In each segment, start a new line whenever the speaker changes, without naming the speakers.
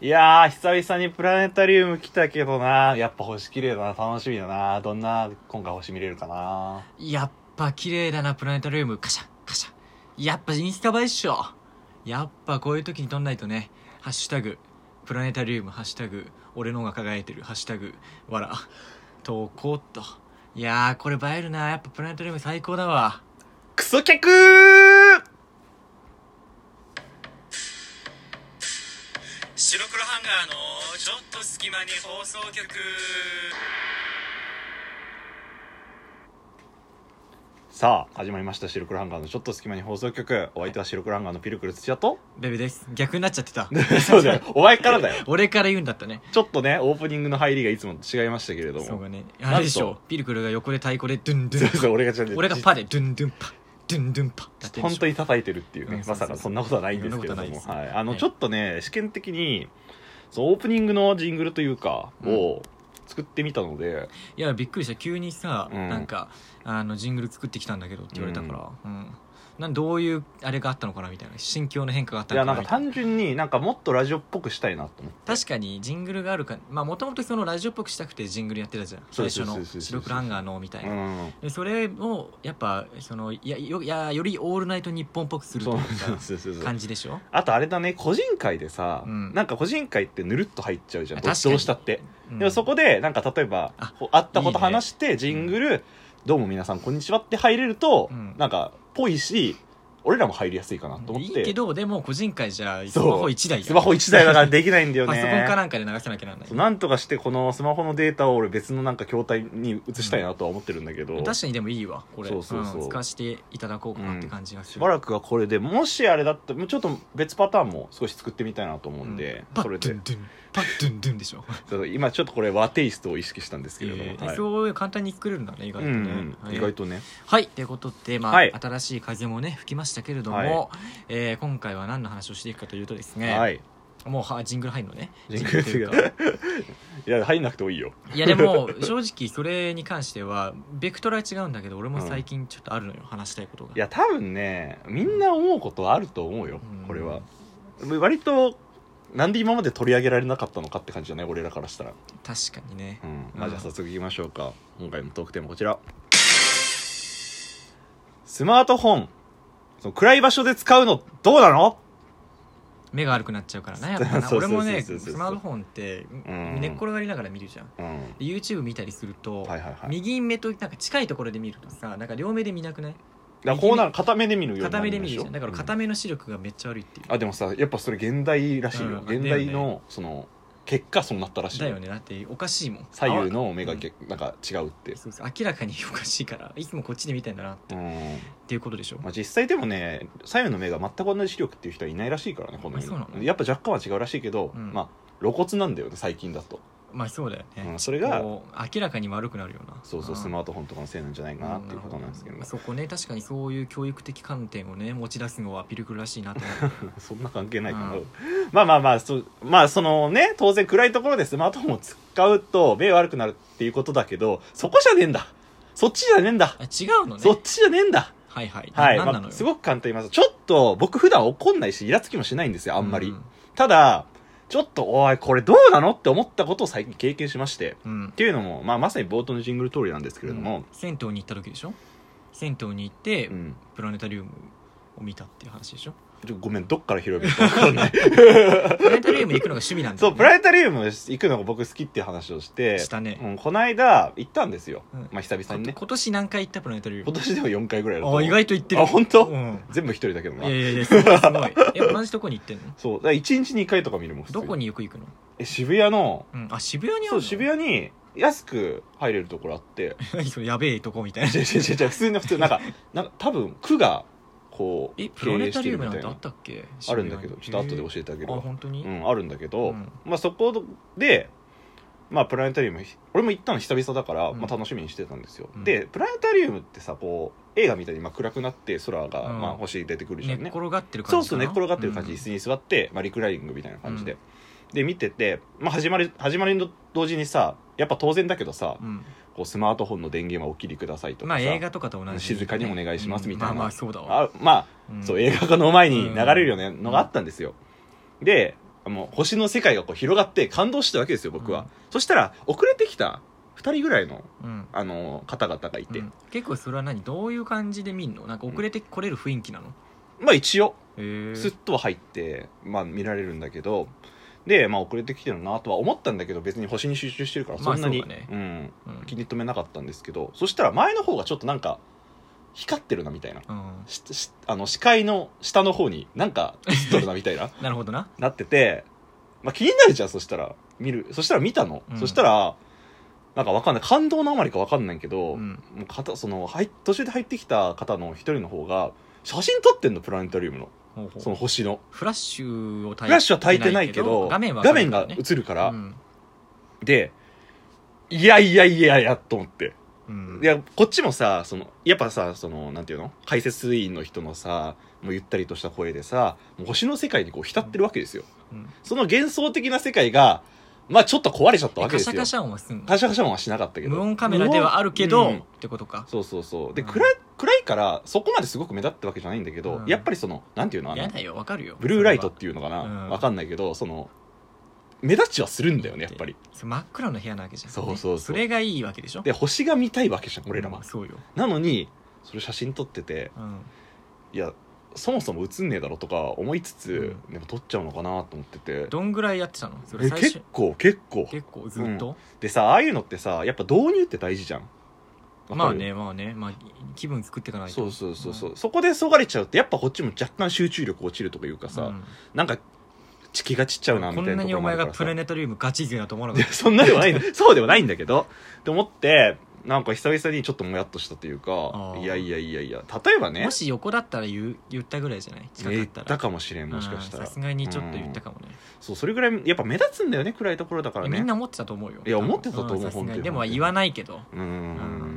いやー、久々にプラネタリウム来たけどな、やっぱ星綺麗だな、楽しみだな、どんな今回星見れるかな。
やっぱ綺麗だな、プラネタリウム。カシャ、カシャ。やっぱインスタ映えっしょ。やっぱこういう時に撮んないとね。ハッシュタグ、プラネタリウム、ハッシュタグ、俺の方が輝いてる、ハッシュタグ、わら、投稿っと。いやー、これ映えるな。やっぱプラネタリウム最高だわ。
クソ客ー
白黒ハンガーのちょっと隙間に放送局。
さあ、始まりました、白黒ハンガーのちょっと隙間に放送局。お相手は白黒ハンガーのピルクル土屋 と
ベベです。逆になっちゃっ てた。
そうだよ、お前からだよ。
俺から言うんだったね。
ちょっとね、オープニングの入りがいつもと違いましたけれども。
そうかね。あれでし
なん
ょ
と。
ピルクルが横で太鼓でドゥンド
そう
ゥン。
そう、俺がちゃんと。
俺がパでドゥンドゥンパドゥンドゥンパだってるで
本
し
当
ょ
に叩いてるっていうね、
うん
まさかそんなことはないんですけれども、
そんなこと
は
はない
い、
です
あの、
ね
ちょっとね試験的にそのオープニングのジングルというか
うん
を作ってみたので、
いやびっくりした急にさ、
うん
なんかあのジングル作ってきたんだけどって言われたから、うんなんどういうあれがあったのかなみたいな心境の変化があった
いや
の
な
か
んか
なみた
単
いな
純になんかもっとラジオっぽくしたいなと思って
確かにジングルがあるかまあもともとそのラジオっぽくしたくてジングルやってたじゃん
そう
最
そ
初
うそうそう
の「白黒アンガーの」みたいな、
うん
でそれをやっぱそのいやよいやより「オールナイトニッポン」っぽくする
そ
と
う
い
そう
う
そうそう
か感じでしょ
あとあれだね個人会でさ、
うん
なんか個人会ってぬるっと入っちゃうじゃん
あ
どどう
確かに
したって、
うん
でもそこでなんか例えば
あ
こうあったこと
いいね
話してジングル、どうも皆さんこんにちはって入れると、
うん
なんかぽいし俺らも入りやすいかなと思って
いいけどでも個人会じゃス
そう
マホ1台や
スマホ1台だからできないんだよね
パソコンかなんかで流さなきゃならない
そうなんとかしてこのスマホのデータを俺別のなんか筐体に移したいなとは思ってるんだけど、
確かにでもいいわこれ
そうそうそうん
使わせていただこうかなって感じがす
し
る、
ばらくはこれでもしあれだったらちょっと別パターンも少し作ってみたいなと思うんで、
パ
それ
ッドゥ
で
ンドゥンパッドゥンドゥンでしょ、
そう今ちょっとこれ和テイストを意識したんですけれども、
えー
はい
そう簡単に作れるんだね意外
う
と
ん
ね、
うん
はい
意外とね
はいということで、まあ
はい
新しい風もね吹きましたけれども、
はい
えー今回は何の話をしていくかというとですね、
はい
もうはジングル入るのね
ジングル
というか
いや入んなくてもいいよ
いやでも正直それに関してはベクトルは違うんだけど俺も最近ちょっとあるのよ、話したいことが
いや多分ねみんな思うことはあると思うよ
うん
これは割となんで今まで取り上げられなかったのかって感じだね俺らからしたら
確かにね、
うん、まあじゃあ早速いきましょうか、今回のトークテーマこちらスマートフォンその暗い場所で使うのどうなの
目が悪くなっちゃ うからねやっぱな
そうそ
俺
うそうそうそう
もねスマートフォンって
うん
寝っ転がりながら見るじゃん
うん
で YouTube 見たりすると、
はいはいはい
右目となんか近いところで見るとさなんか両目で見なくない
だからこうなる片目で見るようにな
片目で見るじゃ
しょ
んだから
う
片目の視力がめっちゃ悪いっていう、
んあでもさやっぱそれ現代らしいよ、
うん
現代
だよ
のその結果そうなったらしい
だよねだっておかしいもん
左右
あ
の目がけ、なんか違うって
そうそう明らかにおかしいからいつもこっちで見てんだなっ
うん、
ていうことでしょ
まあ、実際でもね左右の目が全く同じ視力っていう人はいないらしいからねこの世に
あそうなの
やっぱ若干は違うらしいけど、
うん
まあ露骨なんだよね最近だと
まあそうだよね、
うんそれが
こう明らかに悪くなるような
そうそうス
ー
マートフォンとかのせいなんじゃないかなっていうことなんですけど、
そこね確かにそういう教育的観点をね持ち出すのはピルクルらしいなと思って
そんな関係ないかな、
うん
まあまあまあそうまあそのね当然暗いところでスマートフォンを使うと目悪くなるっていうことだけどそこじゃねえんだそっちじゃねえんだ、
あ違うのね
そっちじゃねえんだ
はいはい
はい、
ななんなの
まあ
よ、
すごく簡単に言いますちょっと僕普段怒んないしイラつきもしないんですよあんまり、ただちょっとおいこれどうなのって思ったことを最近経験しまして
うん、うん
っていうのも、まあ、まさに冒頭のジングル通りなんですけれども、
うん銭湯に行った時でしょ銭湯に行って、
うん
プラネタリウムを見たっていう話でしょ
ちょごめんどっから拾えばいいか分か んない
プラネタリウム行くのが趣味なんだ
そ
よ、
う、
ね、
プラネタリウム行くのが僕好きっていう話をして、
したね
うん、この間行ったんですよ。
うん
まあ久々にね
こ。今年何回行ったプラネタリウム
今年でも4回ぐらいだと思
あ
う
意外と行ってる
あ本当
うん
全部一人だけど
い
な
や。いやいやすごいす ごいえ同じとこに行ってんの
そう、だから1日2回とか見るもん、普通
どこ
に
によく行くの、
え、渋谷の、
うん、あ渋谷にある
そう、
の
渋谷に安く入れるところあって、
谷 そのやべえとこみたいな
違う違う違う違う、普通の普通、なん か、なんか多分区が、こう、
えプラネタリウムなん
経営してるみたい
てあったっけ
あるんだけど、ちょっと後で教
え
えてあげる
あ
わ。
本当に、
うん、あるんだけど、
うん
まあそこで、まあ、プラネタリウム俺も行ったの久々だから、
うん
まあ、楽しみにしてたんですよ、
うん
でプラネタリウムってさこう映画みたいにまあ暗くなって空が、
うん
まあ、星出てくるじ
寝
ゃ
っ
んね
転がってる
そ
感
う
じ
そ
か
う
な
寝っ転がってる感じ、
うん
椅子に座って、まあ、リクライニングみたいな感じで、
うん
で見てて、まあ、始まり始まりの同時にさやっぱ当然だけどさ、
うん
こうスマートフォンの電源はお切りくださいと
ま
か
あ
さ、
映画とかと同じ、
静かにお願いしますみたいな
うんまあまあそうだわ
あまあ、
うん
そう映画化の前に流れるようなのがあったんですよ、でもう星の世界がこう広がって感動したわけですよ僕は、
うん
そしたら遅れてきた2人ぐらいの
うん
あの方々がいて、
うん結構それは何どういう感じで見んのなんか遅れてこれる雰囲気なの
まあ一応
へえ
スッとは入って、まあ、見られるんだけどで、まあ、遅れてきてるなとは思ったんだけど別に星に集中してるから
ま
そ
あ
んなに、
そうだね
うん、
うん
気に留めなかったんですけどそしたら前の方がちょっとなんか光ってるなみたいな
うん
ししあの視界の下の方になんか映っとるなみたいな
なるほどな
なってて、まあ、気になるじゃんそしたら見るそしたら見たの、
うん
そしたらなんかわかんない感動のあまりかわかんないけど、
うん
もう方その入っ途中で入ってきた方の一人の方が写真撮ってんのプラネタリウムの
ほうほう
その星の
フラッシュを焚いて
フラッシュは焚いてないけど
画面は
が映るから、
うん
でいやいやいやいやと思って、
うん
いやこっちもさそのやっぱさそのなんていうの解説員の人のさもうゆったりとした声でさもう星の世界にこう浸ってるわけですよ
うん
その幻想的な世界がまあちょっと壊れちゃったわけ
カ
です
シ
よ
ャカシャ音はすんの
カシャカシャ音はしなかったけど
無音カメラではあるけど、
うん
ってことか
そうそうそうで、
うん
暗い暗いからそこまですごく目立ったわけじゃないんだけど、
うん
やっぱりそのなんていうのあの
嫌だよわかるよ
ブルーライトっ
そ
ていうのかな、
うん
わかんないけどその目立ちはするんだよねやっぱり
れはそれ真っ暗な部屋なわけじゃん
そうそうそう
それがいいわけでしょ
で星が見たいわけじゃん俺らは、
うんそうよ、
なのにそれ写真撮ってて
うん
いやそもそも写んねえだろとか思いつつ、でも撮っちゃうのかなと思ってて
どんぐらいやってたのそれ
え
最
結
初
構結構
結構ずっと、
でさああいうのってさやっぱ導入って大事じゃんわかる
まあねまあねまあ気分作っていかないと
そうそうそうそう、そこでそがれちゃうってやっぱこっちも若干集中力落ちるとかいうかさ、
うん
なんか地気が散っちゃうなみ
こ
たい
ん
なと
な
こ
に
ろ
お
もあ
前
るか
が
ら
プ
さ
ラネタリウムガチ勢だと思わないかっ
や そんなではないそうではないんだけどって思ってなんか久々にちょっともやっとしたというか
あー
いやいやいやいや例えば
た、
ね
もし横だったら言う言ったぐらいじゃない近か
言
っ
った
ら
たかもしれんもしかした
うん
ら
さすがにちょっと言ったかもね,、
そうそれぐらいやっぱ目立つんだよね暗いところだからね
みんな思ってたと思うよ
いや思ってたと思うん
さすが
本当
に
に
でも言わないけど
うーん
うん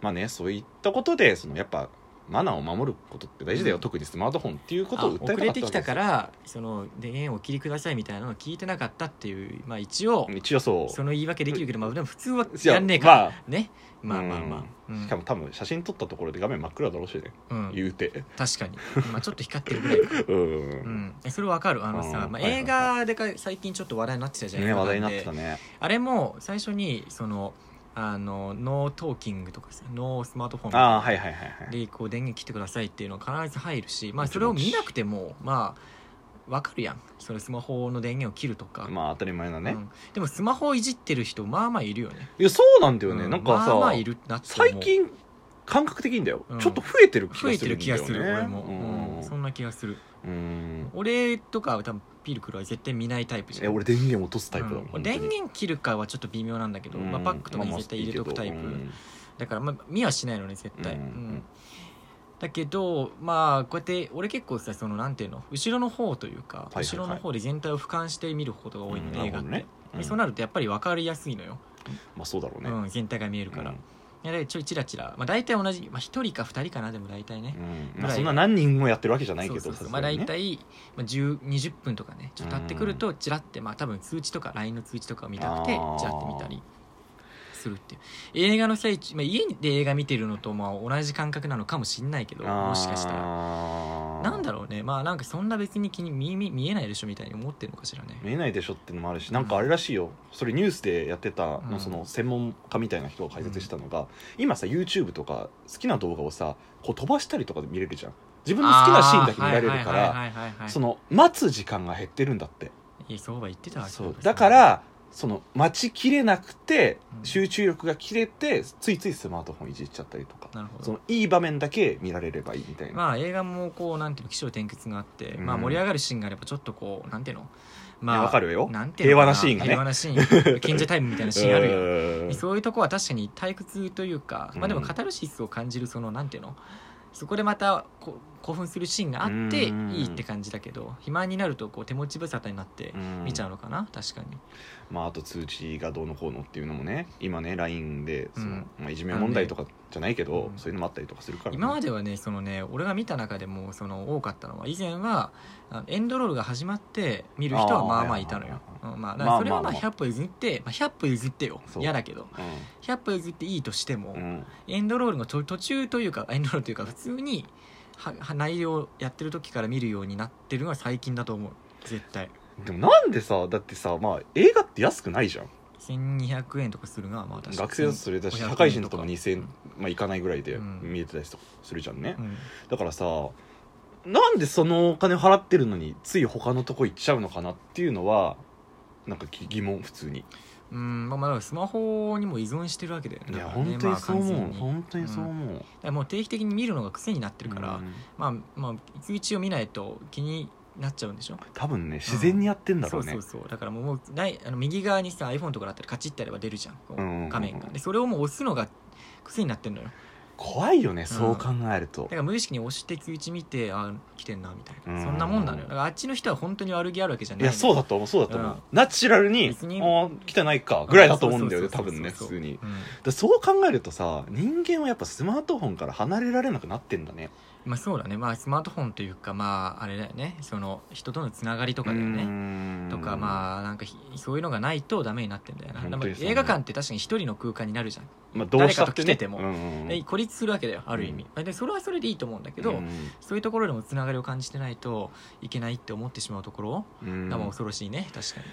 まあねそういったことでそのやっぱマナーを守ることって大事だよ、
うん
特にスマートフォンっていうこと
あ
を訴えたかった
遅れてきたかららその電源をお切りくださいみたいなの聞いてなかったっていうまあ一応
一応そう
その言い訳できるけどまあでも普通はいやんねえから
まあ
ねまあまあまあ、うん
しかも多分写真撮ったところで画面真っ暗だろうしね、
うん
言うて
確かに、まあ、ちょっと光ってるぐらいか
うん、
うん、えそれわかるあのさ、
うん
ま
は
あ、
いはい
映画でか最近ちょっと話題になってたじゃない
ね話題になってた
ね、
ね
あれも最初にそのあのノートーキングとかさノースマートフォンとか
ああはいはいはいはい
でこう電源切ってくださいっていうのは必ず入るし、まあ、それを見なくてもまあわかるやんそれスマホの電源を切るとか、
まあ当たり前だね、
うんでもスマホをいじってる人まあまあいるよね
いやそうなんだよね、
う
なんかさ、
まあまあいるなって思う
最近感覚的にだよ、
うん
ちょっと増えてる気
増
が
え
す
て
る
る
んだ
気が
よね
する俺も、
う
うん
ん
そんな気がする
うん
俺とかは多分ピルクルは絶対見ないタイプじゃん
え俺電源落とすタイプだもん、
うん
本当に
電源切るかはちょっと微妙なんだけど、まあ、パックとかに絶対入れとくタイプ、
まあまあいいけど
だから、まあ、見はしないのね絶対、
うん
うんだけどまあこうやって俺結構さそのなんていうの後ろの方というか、
はいはいはい
後ろの方で全体を俯瞰して見ることが多いのね、
うん
映画って、
なるほどねうん
でそうなるとやっぱり分かりやすいのよ、
まあそうだろうね、
うん、全体が見えるから、
うん
いやだからちょいチラチラ、まあ、大体同じ、まあ、1人か2人かなでも大体ね、
うん
ぐ
まあ、
らい
そんな何人もやってるわけじゃないけど
そうそ
さ
うそう
す
まあ
がに
大
ね
体、まあ、10 20分とかねちょっと経ってくるとチラってまあ多分通知とか LINE の通知とかを見たくて
あー
チラって見たりするっていう映画の最中、まあ、家で映画見てるのとまあ同じ感覚なのかもしんないけど
あー
もしかしたらなんだろうねまあなんかそんな別に気に見見見えないでしょみたいに思ってるのかしらね
見えないでしょってのもあるしなんかあれらしいよそれニュースでやってた
うん
のその専門家みたいな人が解説したのが、今さ YouTube とか好きな動画をさこう飛ばしたりとかで見れるじゃん自分の好きなシーンだけ見られるから
ら
そ
の
の待つ時間が減ってるんだって
いやそうは言ってたわ
そうだからその待ちきれなくて
うん
集中力が切れてついついスマートフォンいじっちゃったりとか
なるほ
そ
ど
のいい場面だけ見られればいいみたいな、
まあ映画もこうなんていうの起承転結があって、
うん
まあ盛り上がるシーンがあればちょっとこうなんていうの
いやわかるよ
なんていう
平
の
和
か
なシーンがね
平和なシーン賢者タイムみたいなシーンあるよ
る
そういうとこは確かに退屈というか、まあ、でも
うん
カタルシスを感じるそのなんていうのそこでまたこ興奮するシーンがあって
うん
いいって感じだけど暇になるとこう手持ち無沙汰になって見ちゃうのかな、確かに
まあ、あと通知がどうのこうのっていうのもね今ね LINE でその、
うん
まあ、いじめ問題とかじゃないけど、
うん
そういうのもあったりとかするからね、
今まではねそのね俺が見た中でもその多かったのは以前はあのエンドロールが始まって見る人はまあまあいたのよ
あ
うんまあだからそれは
ま
ま
あ
あ
まあま
100歩譲って、まあ、100歩譲ってよ
そう
嫌だけど100歩譲っていいとしても、
うん、うん
エンドロールのと途中というかエンドロールというか普通にはは内容をやってる時から見るようになってるのは最近だと思う絶対
でもなんでさだってさまあ映画って安くないじゃん
1200円とかするがまあ確かに
学生だとそれだし
500
社会人とかも2000、
うん
まあ、いかないぐらいで
うん
見えてたりとかするじゃんね、
うん
だからさなんでそのお金払ってるのについ他のとこ行っちゃうのかなっていうのはなんか疑疑問普通に
うんまあまあだからスマホにも依存してるわけだよね
いや
だからね
本当にそう思う、
まあ完全にだ
本当にそう思う、
からもう定期的に見るのが癖になってるから、
うん
まあまあ一日を見ないと気になっちゃうんでしょ
多分ね自然にやってんだろうね、
そうそうそうだからもうもうないあの右側にさ iPhone とかだったらカチッてやれば出るじゃんこ
うん
う
うんうんうん
画面がでそれをもう押すのが癖になってるのよ
怖いよねそう考えると
だ、から無意識に押して打ち見てあ来てんなみたい
うん
なそんなもんなのよだからあっちの人は本当に悪気あるわけじゃない
いやそう
だ
だと思うそうだと思う、
うん
ナチュラルに
別に
あー来てないかぐらいだと思うんだよね多分ね普通にだからそう考えるとさ人間はやっぱスマートフォンから離れられなくなってんだね
まあそうだねまあスマートフォンというかまああれだよねその人とのつながりとかだよね
ね
とかまあなんかひそういうのがないとダメになってんだよな
本当に
でも
そうね
映画館って確かに一人の空間になるじゃん
あ、まあ、どうしたって、ね、
誰かと来てても
うんうんうん
で孤立するわけだよある意味
う、
でそれはそれでいいと思うんだけど、そういうところでもつながりを感じてないといけないって思ってしまうところ
うんうん
が
い
まあ
や
恐ろしいね確かに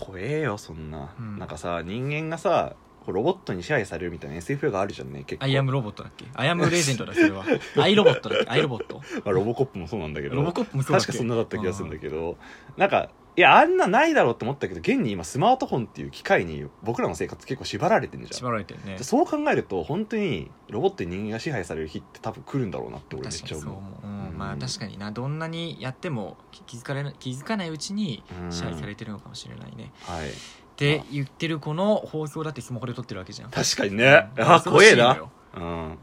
ー怖えよそんな、
うん
なんかさ人間がさロボットに支配されるみたいな SF があるじゃんね結構
アイアムロボットだっけアイアムレジェンドだそれ はアイロボットだっけアイロボット
まあロボコップもそうなんだけど
ロボコップもそうだっ
確
け
かそんなだった気がするんだけどなんかいやあんなないだろうって思ったけど現に今スマートフォンっていう機械に僕らの生活結構縛られてんじ
うん
ゃん
縛られてるね
そう考えると本当にロボットに人間が支配される日って多分来るんだろうなって俺めっ
確か
ち
に
ゃ
そう
思
思う、うん
うん
まあ確かになどんなにやっても気気づかれな気づかないうちに
うん
支配されてるのかもしれないね、
うはい
って言ってるこの放送だってスマホで撮ってるわけじゃん
確かにね
うん
あ怖え
恐ろしいの
な
よ
う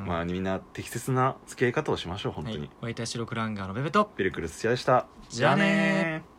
んまあみんな適切な付き合い方をしましょう本当
は
に
い、お相手は白クランガーのベベと
ピルクルスチアでした
じゃあねー
ー